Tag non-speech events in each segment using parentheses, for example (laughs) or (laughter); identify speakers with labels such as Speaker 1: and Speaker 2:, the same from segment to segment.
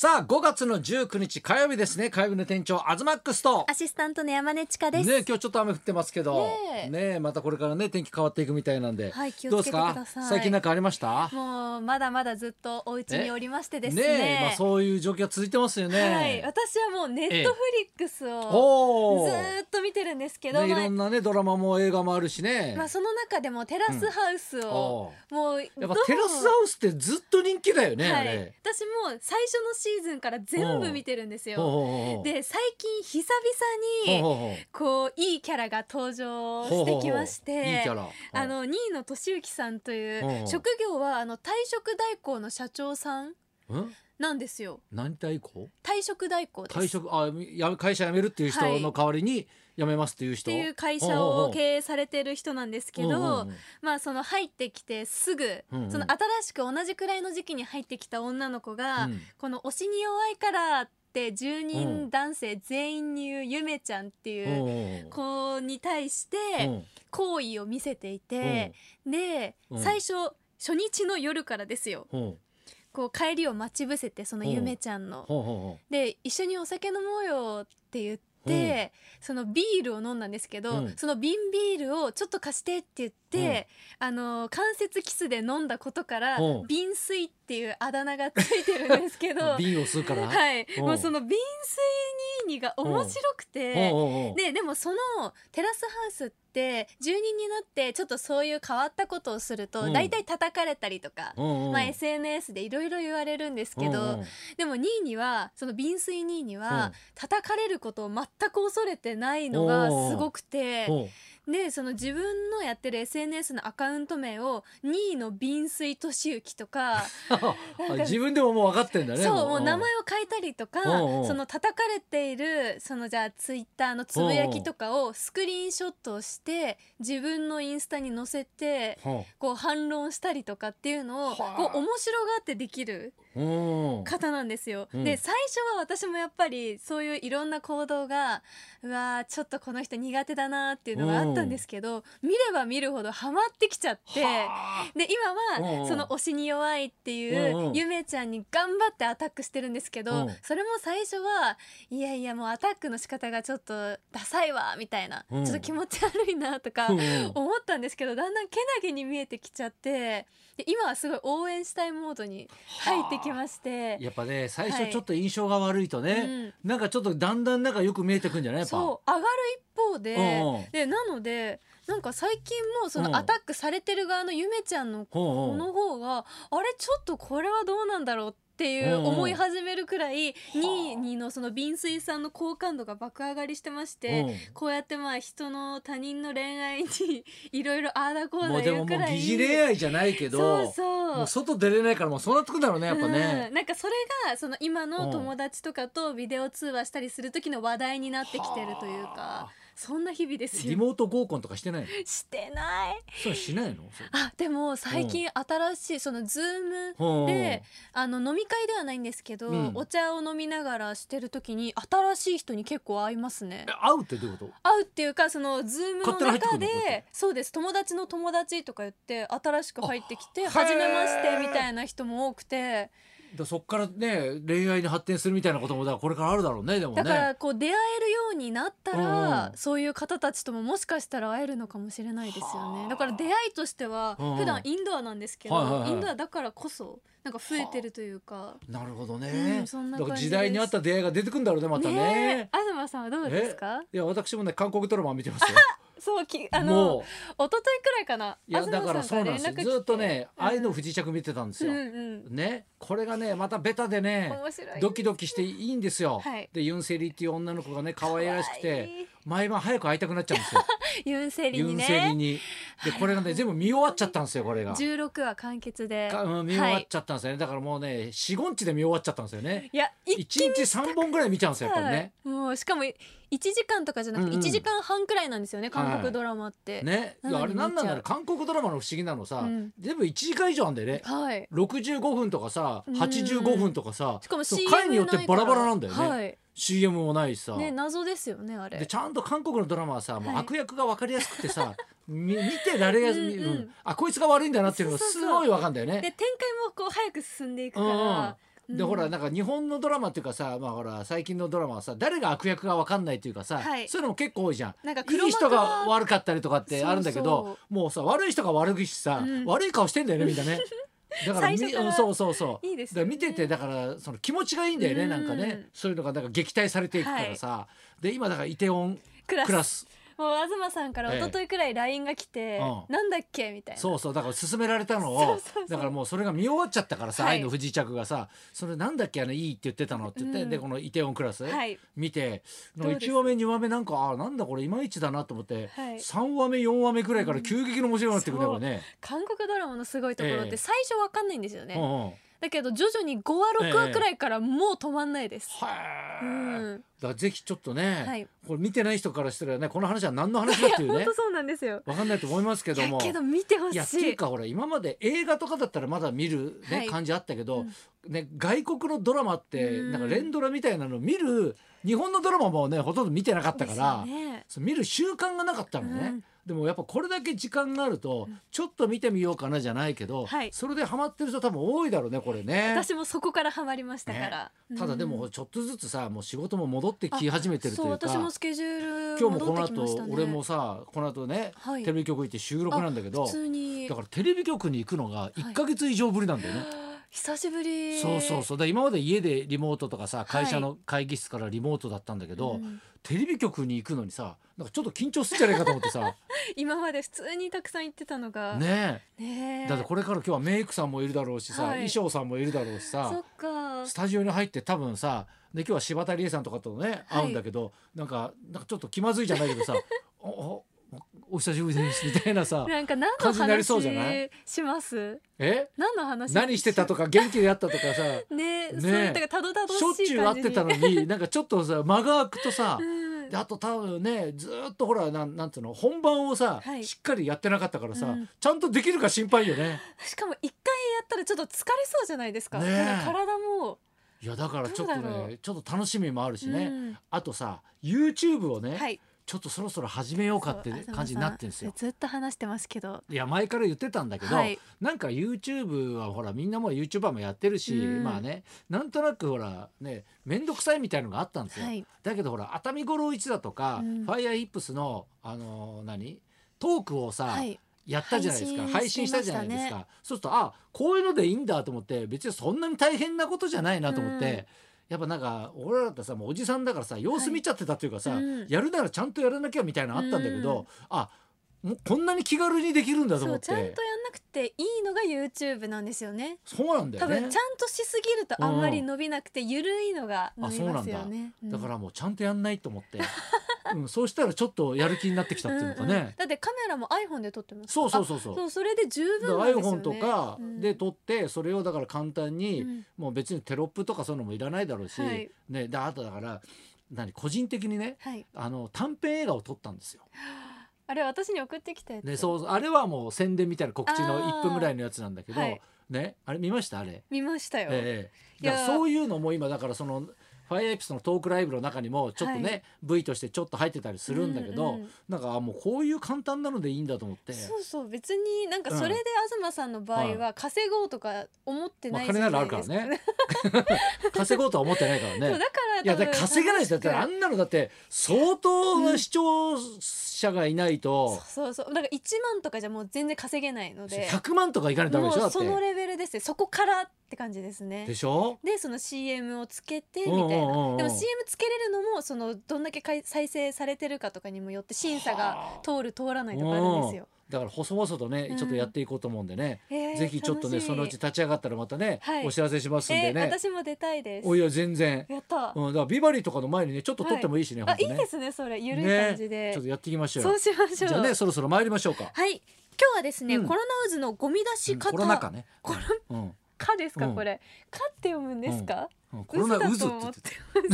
Speaker 1: さあ5月の19日火曜日ですね火曜日の店長アズマックスと
Speaker 2: アシスタントの山根千佳です。
Speaker 1: ね今日ちょっと雨降ってますけど
Speaker 2: ね
Speaker 1: ね
Speaker 2: え
Speaker 1: またこれからね天気変わっていくみたいなんで、
Speaker 2: はい気
Speaker 1: どう
Speaker 2: を
Speaker 1: です
Speaker 2: つけてくだ
Speaker 1: か
Speaker 2: さい。
Speaker 1: 最近なんかありました
Speaker 2: もうまだまだずっとお家におりましてですね。
Speaker 1: えまあ、そういう状況が続いてますよね、
Speaker 2: はい、私はもうネットフリックスを
Speaker 1: お
Speaker 2: ず
Speaker 1: お、
Speaker 2: ーっと見てるんですけど、
Speaker 1: ね、い
Speaker 2: ま
Speaker 1: ろ
Speaker 2: あ
Speaker 1: んなねドラマも映画もあるしね、
Speaker 2: まあその中でもテラスハウスを、
Speaker 1: お
Speaker 2: もう
Speaker 1: ーやっぱ
Speaker 2: どう
Speaker 1: テラスハウスってずっと人気だよね、
Speaker 2: は
Speaker 1: あ
Speaker 2: い、
Speaker 1: れ
Speaker 2: 私も最初のシーズンから全部見てるんですよ。
Speaker 1: おー
Speaker 2: で最近久
Speaker 1: おー
Speaker 2: 々に
Speaker 1: おー
Speaker 2: こういいキャラが登場
Speaker 1: ほうほうほう
Speaker 2: してきまして。
Speaker 1: いいキャラ
Speaker 2: あの2位の俊之さんとい
Speaker 1: うんうん
Speaker 2: う職業はあの退職代行の社長さん
Speaker 1: うん
Speaker 2: なんですよ
Speaker 1: 何対抗
Speaker 2: 退職代行です
Speaker 1: 退職あやめ会社辞めるっていう人の代わりに辞めますっていう
Speaker 2: っ
Speaker 1: 人、
Speaker 2: ていう会社を経営されてる人なんですけど、
Speaker 1: うんうん
Speaker 2: まあその入ってきてすぐ、
Speaker 1: うんうん
Speaker 2: その新しく同じくらいの時期に入ってきた女の子が、
Speaker 1: うん
Speaker 2: この「推しに弱いから」って住
Speaker 1: う
Speaker 2: 人
Speaker 1: ん
Speaker 2: 男性全員に言うゆめちゃんって
Speaker 1: うん
Speaker 2: いう
Speaker 1: うん
Speaker 2: 子に対して
Speaker 1: うん
Speaker 2: 好意を見せていて、で、
Speaker 1: うん
Speaker 2: 最初初日の夜からですよ
Speaker 1: うんうん
Speaker 2: こう帰りを待ち伏せてそのゆめちゃんの。
Speaker 1: ほうほ
Speaker 2: で一緒にお酒飲もうよって言って、そのビールを飲んだんですけど、
Speaker 1: うん
Speaker 2: その瓶ビールをちょっと貸してって言って、あの関節キスで飲んだことから
Speaker 1: うん
Speaker 2: 瓶水っていうあだ名がついてるんですけ
Speaker 1: う
Speaker 2: ど
Speaker 1: (laughs) ほう瓶を吸うから、
Speaker 2: はい、
Speaker 1: うん
Speaker 2: もうその瓶水ニーニが面白くて。
Speaker 1: ほうほうほう
Speaker 2: ででもそのテラスハウスって住人になってちょっとそういう変わったことをする
Speaker 1: う
Speaker 2: と
Speaker 1: ん
Speaker 2: 大体叩かれたりとか、
Speaker 1: うんうん
Speaker 2: まあ、SNS でいろいろ言われるんですけ
Speaker 1: う
Speaker 2: ど、
Speaker 1: んうん
Speaker 2: でも2位にはその瓶水2位に
Speaker 1: うん
Speaker 2: は叩かれることを全く恐れてないのがすごくて
Speaker 1: ほ (laughs) う
Speaker 2: でその自分のやってる SNS のアカウント名を2位の瓶水敏行
Speaker 1: (laughs)
Speaker 2: とかなんか
Speaker 1: 自分でももう分かってんだね。
Speaker 2: そうもう名前を変えたりとか
Speaker 1: うんうん
Speaker 2: その叩かれているそのじゃあツイッターのつぶやきとかをスクリーンショットをして自分のインスタに載せて
Speaker 1: ほ
Speaker 2: こう反論したりとかっていうのをこ
Speaker 1: はあ
Speaker 2: う面白がってできる。
Speaker 1: ううん。
Speaker 2: 方なんですよ、
Speaker 1: うん
Speaker 2: で最初は私もやっぱりそういういろんな行動がうわーちょっとこの人苦手だなっていうのがあったんですけど、見れば見るほどハマってきちゃって
Speaker 1: はあ
Speaker 2: で今
Speaker 1: うん
Speaker 2: はその推しに弱いって
Speaker 1: うんう
Speaker 2: い
Speaker 1: ん
Speaker 2: うゆめちゃんに頑張ってアタックしてるんですけど、
Speaker 1: うん
Speaker 2: それも最初はいやいやもうアタックの仕方がちょっとダサいわみたいな、
Speaker 1: うん
Speaker 2: ちょっと気持ち悪いなとか
Speaker 1: うんうん
Speaker 2: 思ったんですけどだんだんけなげに見えてきちゃってで今はすごい応援したいモードに入ってきまして。
Speaker 1: やっぱね最
Speaker 2: は
Speaker 1: 初
Speaker 2: い
Speaker 1: ちょっと印象が悪いと
Speaker 2: う
Speaker 1: ね、
Speaker 2: ん
Speaker 1: なんかちょっとだんだんなんかよく見えてくんじゃないやっぱ。
Speaker 2: そう上がる一方で,、
Speaker 1: うんうん
Speaker 2: でなのでなんか最近もそ
Speaker 1: うん
Speaker 2: のアタックされてる側のゆめちゃんの
Speaker 1: ほ
Speaker 2: 子
Speaker 1: うほう
Speaker 2: の方が、あれちょっとこれはどうなんだろうってい
Speaker 1: うん
Speaker 2: う
Speaker 1: うん
Speaker 2: 思い始めるくらい、
Speaker 1: あ
Speaker 2: ににのその瓶水さんの好感度が爆上がりしてまして。こうやってまあ人の他人の恋愛に (laughs) いろいろああだこう
Speaker 1: うん。
Speaker 2: だ
Speaker 1: もうで
Speaker 2: 言
Speaker 1: も
Speaker 2: う
Speaker 1: も
Speaker 2: く
Speaker 1: う
Speaker 2: らい
Speaker 1: 疑似恋愛じゃないけど。
Speaker 2: そうそう
Speaker 1: もう外出れないからもうそうなってくんだろうねやっぱね
Speaker 2: う。んなんかそれがその今
Speaker 1: うん
Speaker 2: の友達とかとビデオ通話したりする時の話題になってきてるという
Speaker 1: はあ
Speaker 2: かそんな日々です
Speaker 1: リ
Speaker 2: よ。
Speaker 1: モート合コンとかしてないの？
Speaker 2: してない
Speaker 1: それしない
Speaker 2: (laughs)
Speaker 1: の？それ
Speaker 2: あでも最近新しいそのズーム
Speaker 1: ほう
Speaker 2: であの飲み会ではないんですけど、
Speaker 1: うん
Speaker 2: お茶を飲みながらしてる時に新しい人に結構会いますね
Speaker 1: え。会うってどういうこと？
Speaker 2: 会うっていうかそのズームの
Speaker 1: 勝手に入
Speaker 2: 中
Speaker 1: ってくるのこうやって
Speaker 2: でそうです友達の友達とか言って新しく入ってきて
Speaker 1: あ
Speaker 2: 初めまして
Speaker 1: へー
Speaker 2: みたいな人も多くて。
Speaker 1: だそっからね恋愛に発展するみたいなこともだからこれからあるだろうねでもね
Speaker 2: だからこう出会えるようになった
Speaker 1: うん
Speaker 2: ら、
Speaker 1: うん
Speaker 2: そういう方たちとももしかしたら会えるのかもしれないですよ
Speaker 1: はあ
Speaker 2: ねだから出会いとしては
Speaker 1: うんうん
Speaker 2: 普段インドアなんですけど、
Speaker 1: はいはいはい
Speaker 2: インドアだからこそなんか増えてるというか、
Speaker 1: なるほど
Speaker 2: う
Speaker 1: ね
Speaker 2: ん、そんな
Speaker 1: だ
Speaker 2: 感
Speaker 1: か
Speaker 2: じ
Speaker 1: ら時
Speaker 2: です
Speaker 1: 代に合った出会いが出てくんだろうねまたね
Speaker 2: ねえ東さんはどうですか
Speaker 1: いや私もね韓国ドラマ見てますよ
Speaker 2: そうき (laughs) あ
Speaker 1: も
Speaker 2: の一昨日くらいかない
Speaker 1: やだからそ
Speaker 2: 東さ
Speaker 1: うんな
Speaker 2: が
Speaker 1: ん
Speaker 2: 連絡来
Speaker 1: で
Speaker 2: て
Speaker 1: すよずっとね
Speaker 2: うん
Speaker 1: 愛の不時着見てたんです
Speaker 2: うん
Speaker 1: よ、
Speaker 2: うん
Speaker 1: ねこれがねまたベタでね
Speaker 2: 面白い
Speaker 1: ドキドキしていいんですよ、
Speaker 2: はい
Speaker 1: でユンセリっていう女の子がね可愛らしく
Speaker 2: 可愛
Speaker 1: て
Speaker 2: い
Speaker 1: 毎晩早く会いたくなっちゃうんですよ
Speaker 2: ユンセリ
Speaker 1: ユ
Speaker 2: に
Speaker 1: ンセリ
Speaker 2: ね
Speaker 1: にでこれがね全部見終わっちゃったんですよこれが
Speaker 2: 16話完結で
Speaker 1: かうん見終わっちゃったんですよね、だからもうね45日で見終わっちゃったんですよね
Speaker 2: いや一
Speaker 1: 一日三本ぐらい見ちゃうんですよやっぱりね
Speaker 2: はいもうしかも1時間とかじゃなく
Speaker 1: うん
Speaker 2: て
Speaker 1: うん
Speaker 2: 1時間半くらいなんですよね、韓
Speaker 1: はい
Speaker 2: 国ドラマって。
Speaker 1: ね、いやあれな
Speaker 2: な
Speaker 1: んな
Speaker 2: のに見
Speaker 1: ん
Speaker 2: ち
Speaker 1: だ
Speaker 2: ゃ
Speaker 1: ろう
Speaker 2: う
Speaker 1: 韓国ドラマの不思議なのさ、
Speaker 2: うん
Speaker 1: 全部1時間以上あんだよね
Speaker 2: はい。
Speaker 1: 65分とかさ
Speaker 2: うん
Speaker 1: 85分とかさ
Speaker 2: しかも
Speaker 1: そう
Speaker 2: CM
Speaker 1: 回によって
Speaker 2: ない
Speaker 1: バ
Speaker 2: から
Speaker 1: ラバラなんだよね、
Speaker 2: はい。
Speaker 1: CM もないしさ、
Speaker 2: ね謎ですよねあれ。
Speaker 1: でちゃんと韓国のドラマはさもう
Speaker 2: はい
Speaker 1: 悪役が分かりやすくてさ、 (laughs) み見てられやすい、
Speaker 2: うんうん
Speaker 1: うんあこいつが悪いんだなっていうのが
Speaker 2: そうそう
Speaker 1: す
Speaker 2: そう
Speaker 1: ごい分かんだよね。
Speaker 2: で展開もこう早く進んでいくか
Speaker 1: うんうん
Speaker 2: ら、
Speaker 1: でほらなんか日本のドラマっていうかさまあほら最近のドラマはさ誰が悪役か分かんないっていうかさ、
Speaker 2: はい
Speaker 1: そういうのも結構多いじゃん。
Speaker 2: なんか黒
Speaker 1: いい人
Speaker 2: 幕
Speaker 1: が
Speaker 2: は
Speaker 1: 悪かったりとかってあるんだけど
Speaker 2: そう
Speaker 1: もうさ悪い人が悪いしさ、
Speaker 2: うん
Speaker 1: 悪い顔してんだよねみんな
Speaker 2: (laughs)
Speaker 1: ね。だからみ
Speaker 2: 最初か
Speaker 1: う
Speaker 2: ら
Speaker 1: んそうそうそう。
Speaker 2: いいです
Speaker 1: だから
Speaker 2: よね
Speaker 1: 見ててだからその気持ちがいいんだよね、
Speaker 2: うん
Speaker 1: なんかねそういうのがなんか撃退されていくからさ、で今だからイテウォン
Speaker 2: クラス
Speaker 1: クラス
Speaker 2: もう東さんから一昨日くらい LINE が来て、
Speaker 1: うん
Speaker 2: なんだっけみたいな
Speaker 1: そうそうだから勧められたの
Speaker 2: そう
Speaker 1: を
Speaker 2: そうそう
Speaker 1: だからもうそれが見終わっちゃったからさ、
Speaker 2: はい
Speaker 1: 愛の不時着がさそれなんだっけあのいいって言ってたのって言って、
Speaker 2: うん
Speaker 1: でこのイテウォンクラス、
Speaker 2: はい
Speaker 1: 見て
Speaker 2: どうです
Speaker 1: 1話目2話目なんかあーなんだこれいまいちだなと思って、
Speaker 2: はい
Speaker 1: 3話目4話目くらいから急激に面白くなってくるね、
Speaker 2: うん
Speaker 1: これね。
Speaker 2: 韓国ドラマのすごいところっ
Speaker 1: ええ
Speaker 2: て最初わかんないんですよね、
Speaker 1: うんうん
Speaker 2: だけど徐々に5話6
Speaker 1: え
Speaker 2: 話
Speaker 1: え
Speaker 2: くらいからもう止まんないです、
Speaker 1: はあ、
Speaker 2: うん
Speaker 1: だからぜひちょっとね、
Speaker 2: はい
Speaker 1: これ見てない人からしたらねこの話は何の話だっていう
Speaker 2: (laughs) 本
Speaker 1: ね
Speaker 2: 当そうなんですよ
Speaker 1: わかんないと思いますけど
Speaker 2: だ
Speaker 1: も。
Speaker 2: けど見てほ
Speaker 1: いやっ
Speaker 2: して
Speaker 1: いう
Speaker 2: い
Speaker 1: かほら今まで映画とかだったらまだ見る、ね
Speaker 2: はい
Speaker 1: 感じあったけど、ね、外国のドラマって
Speaker 2: うん
Speaker 1: なんか連ドラみたいなの見る日本のドラマもねほとんど見てなかったから、
Speaker 2: ですよね
Speaker 1: そう見る習慣がなかったのね、
Speaker 2: うん
Speaker 1: でもやっぱこれだけ時間があるとちょっと見てみようかなじゃないけど、
Speaker 2: はい
Speaker 1: それでハマってる人多分多いだろうねこれね。
Speaker 2: 私もそこからハマりましたから、
Speaker 1: ただで
Speaker 2: うん
Speaker 1: もちょっとずつさもう仕事も戻ってき始めてると
Speaker 2: そ
Speaker 1: いううか
Speaker 2: 私もスケジュール
Speaker 1: 今日もこ
Speaker 2: 戻
Speaker 1: の
Speaker 2: ってきまし
Speaker 1: 後
Speaker 2: たね
Speaker 1: 俺もさこの後ね、
Speaker 2: はい
Speaker 1: テレビ局行って収録なんだけど
Speaker 2: 普通に
Speaker 1: だからテレビ局に行くのが1か月以上ぶりなんだよね。
Speaker 2: 久しぶり
Speaker 1: そうそうそうだから今まで家でリモートとかさ会社の会議室からリモートだったんだけど、
Speaker 2: うん
Speaker 1: テレビ局に行くのにさなんかちょっと緊張するんじゃないかと思ってさ
Speaker 2: 今まで普通にたくさん行ってたのが
Speaker 1: ね
Speaker 2: ね
Speaker 1: え
Speaker 2: え
Speaker 1: だってこれから今日はメイクさんもいるだろうしさ、
Speaker 2: はい
Speaker 1: 衣装さんもいるだろうし
Speaker 2: そ
Speaker 1: さ
Speaker 2: っか
Speaker 1: スタジオに入って多分さで今日は柴田理恵さんとかとね
Speaker 2: はい
Speaker 1: 会うんだけど、なんかなんかちょっと気まずいじゃないけどさおおお久しぶりですみたいなさ
Speaker 2: なんか何の
Speaker 1: 感じになり
Speaker 2: 話
Speaker 1: そうじゃない
Speaker 2: します (laughs)
Speaker 1: え
Speaker 2: 何の話
Speaker 1: 何してたとか元気であったとかさ
Speaker 2: ね
Speaker 1: ね
Speaker 2: そういったたどたどしい
Speaker 1: しょっ
Speaker 2: 感じに
Speaker 1: ちゅう会ってたのになんかちょっとさ間が空くとさ
Speaker 2: うん
Speaker 1: であと多分ねずーっとほらなんなんつうの本番をさ、
Speaker 2: はい
Speaker 1: しっかりやってなかったからさ、
Speaker 2: うん
Speaker 1: ちゃんとできるか心配よね。
Speaker 2: (laughs) しかも一回やったらちょっと疲れそうじゃないですか
Speaker 1: ねえ
Speaker 2: なんか体も
Speaker 1: いやだからちょっと
Speaker 2: どうだろ
Speaker 1: ねちょっと楽しみもあるしね、
Speaker 2: うん
Speaker 1: あとさ YouTube をね、
Speaker 2: はい
Speaker 1: ちょっとそろそろ始めようかって
Speaker 2: そう
Speaker 1: 感じになってるんですよ
Speaker 2: 東。さずっと話してますけど
Speaker 1: いや前から言ってたんだけど、
Speaker 2: はい
Speaker 1: なんか YouTube はほらみんなもう YouTuber もやってるし、
Speaker 2: うん
Speaker 1: まあねなんとなくほらね面倒くさいみたいのがあったんですよ、
Speaker 2: はい
Speaker 1: だけどほら熱海五郎一だとか、
Speaker 2: うん
Speaker 1: ファイヤーヒップスのあのー何トークをさ、
Speaker 2: はい
Speaker 1: やったじゃないですか配信
Speaker 2: 配信
Speaker 1: したじゃないですか、そうするとあこういうのでいいんだと思って別にそんなに大変なことじゃないなと思って、
Speaker 2: うん
Speaker 1: やっぱなんか俺らだってさもうおじさんだからさ様子見ちゃってたっていうかさ、
Speaker 2: はいうん
Speaker 1: やるならちゃんとやらなきゃみたいなのあったんだけど、
Speaker 2: うん
Speaker 1: あもうこんなに気軽にできるんだと
Speaker 2: そ
Speaker 1: 思っ
Speaker 2: う
Speaker 1: て
Speaker 2: ちゃんとやんなくていいのが YouTube なんですよね
Speaker 1: そうなんだ
Speaker 2: 多
Speaker 1: よね
Speaker 2: 分ちゃんとしすぎるとあんまり伸びなくてゆるいのが伸びます
Speaker 1: あ
Speaker 2: よ
Speaker 1: そう
Speaker 2: ねうん
Speaker 1: だからもうちゃんとやんないと思って、うん、そうしたらちょっとやる気になってきたっていうのかね、
Speaker 2: んんだってカメラも iPhone で撮ってます
Speaker 1: そうそうそ
Speaker 2: そ
Speaker 1: うそう
Speaker 2: うそうそれで十
Speaker 1: だか
Speaker 2: 分な
Speaker 1: ら
Speaker 2: んですよ
Speaker 1: iPhone
Speaker 2: ね
Speaker 1: とか
Speaker 2: うん
Speaker 1: で撮ってそれをだから簡単に、
Speaker 2: うん
Speaker 1: もう別にテロップとかそういうのもいらないだろうし、
Speaker 2: はい
Speaker 1: ね、であとだから何個人的にね
Speaker 2: はい
Speaker 1: あの短編映画を撮ったんですよ。
Speaker 2: あれ私に送ってきたやつ
Speaker 1: ね、そうあれはもう宣伝みたいな告知
Speaker 2: あ
Speaker 1: の
Speaker 2: ー
Speaker 1: 1分ぐらいのやつなんだけど、
Speaker 2: はい
Speaker 1: ね、あれ見ましたあれ、
Speaker 2: 見ましたよ、
Speaker 1: ええ、
Speaker 2: い
Speaker 1: だ
Speaker 2: や
Speaker 1: からそういうのも今だからそのファイアエピスのトークライブの中にもちょっとね、
Speaker 2: は
Speaker 1: V としてちょっと入ってたりするんだけど、
Speaker 2: うんうん
Speaker 1: なんかあもうこういう簡単なのでいいんだと思って。
Speaker 2: そうそう別になんか
Speaker 1: うん
Speaker 2: それで東さんの場合
Speaker 1: は
Speaker 2: は稼ごうとか思って
Speaker 1: ま
Speaker 2: な
Speaker 1: あ、
Speaker 2: いじゃ
Speaker 1: 金な
Speaker 2: な
Speaker 1: いらあるか
Speaker 2: で
Speaker 1: ら
Speaker 2: すか、
Speaker 1: ね稼ごうとは思ってないからね
Speaker 2: そうだから多分
Speaker 1: いやだから稼げないですよだってあんなのだって相当な視聴者がいないと
Speaker 2: そうそうだから1万とかじゃもう全然稼げないので
Speaker 1: 100万とかいかないとダメ
Speaker 2: も
Speaker 1: でしょだ
Speaker 2: う
Speaker 1: って
Speaker 2: そのレベルですねそこからって感じですね
Speaker 1: でしょ
Speaker 2: でその CM をつけてみた
Speaker 1: う
Speaker 2: い
Speaker 1: ん
Speaker 2: な、
Speaker 1: うんうんうん
Speaker 2: でも CM つけれるのもそのどんだけかい再生されてるかとかにもよって審査
Speaker 1: は
Speaker 2: が
Speaker 1: あ
Speaker 2: 通る通らないとかあるんですよ。
Speaker 1: だから細々とね
Speaker 2: うん
Speaker 1: ちょっとやっていこうと思うんでね
Speaker 2: えー
Speaker 1: ぜひちょっとね
Speaker 2: 楽しい
Speaker 1: そのうち立ち上がったらまたね
Speaker 2: はい
Speaker 1: お知らせしますんで
Speaker 2: えー
Speaker 1: ね
Speaker 2: 私も出たいです
Speaker 1: お。いや全然
Speaker 2: やった。
Speaker 1: うんだからビバリーとかの前にねちょっと撮ってもいいしね
Speaker 2: あ
Speaker 1: 本
Speaker 2: い
Speaker 1: 当
Speaker 2: い
Speaker 1: ね
Speaker 2: ですねそれゆるい
Speaker 1: ね
Speaker 2: 感じで、
Speaker 1: ちょっとやっていきましょう
Speaker 2: そ
Speaker 1: よ
Speaker 2: うしまし
Speaker 1: じ
Speaker 2: ょう。
Speaker 1: ゃあねそろそろ参りましょうか
Speaker 2: はい今日はですね、
Speaker 1: うん
Speaker 2: コロナウズのゴミ出し方、
Speaker 1: コロナ禍ね
Speaker 2: コロ
Speaker 1: うん
Speaker 2: かですか、
Speaker 1: うん
Speaker 2: これかって読むんですか、
Speaker 1: うんコロナ渦って
Speaker 2: 嘘だと
Speaker 1: 言
Speaker 2: 思
Speaker 1: っ
Speaker 2: ってて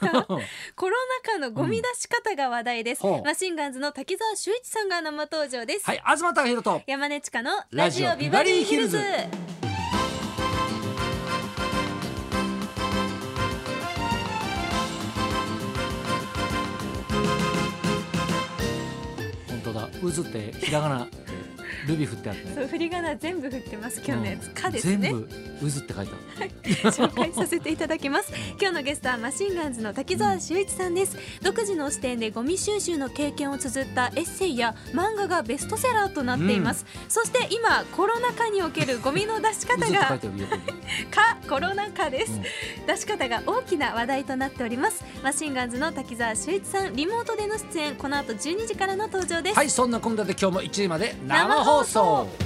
Speaker 1: た
Speaker 2: ました (laughs) コロナ禍のゴミ出し方が話題です、
Speaker 1: うんほう
Speaker 2: マシンガンズの滝沢秀一さんが生登場です、
Speaker 1: はい東隆弘と
Speaker 2: 山根千佳の
Speaker 1: ラ
Speaker 2: ラ
Speaker 1: ジ
Speaker 2: ジ
Speaker 1: オ
Speaker 2: オ
Speaker 1: ビ
Speaker 2: ビ
Speaker 1: バ
Speaker 2: バ
Speaker 1: リ
Speaker 2: リ
Speaker 1: ー
Speaker 2: ー
Speaker 1: ヒ
Speaker 2: ヒ
Speaker 1: ル
Speaker 2: ル
Speaker 1: ズ
Speaker 2: ズ
Speaker 1: 本当だ渦ってひらがなルビー振ってあるね
Speaker 2: そう振り仮名全部振ってます今日のやつ「か」ですね
Speaker 1: 全部渦って書いてある
Speaker 2: 紹介させていただきます今日のゲストはマシンガンズの滝沢秀一さんです独自の視点でゴミ収集の経験を綴ったエッセイや漫画がベストセラーとなっています、そして今コロナ禍におけるゴミの出し方
Speaker 1: 渦って書い
Speaker 2: が
Speaker 1: てある
Speaker 2: (laughs)
Speaker 1: 横に
Speaker 2: 「か」コロナ禍です、
Speaker 1: うん
Speaker 2: 出し方が大きな話題となっておりますマシンガンズの滝沢秀一さんリモートでの出演この後12時からの登場です
Speaker 1: はいそんなこんなで今日も1時まで生
Speaker 2: 生
Speaker 1: 放
Speaker 2: 放
Speaker 1: 送
Speaker 2: 送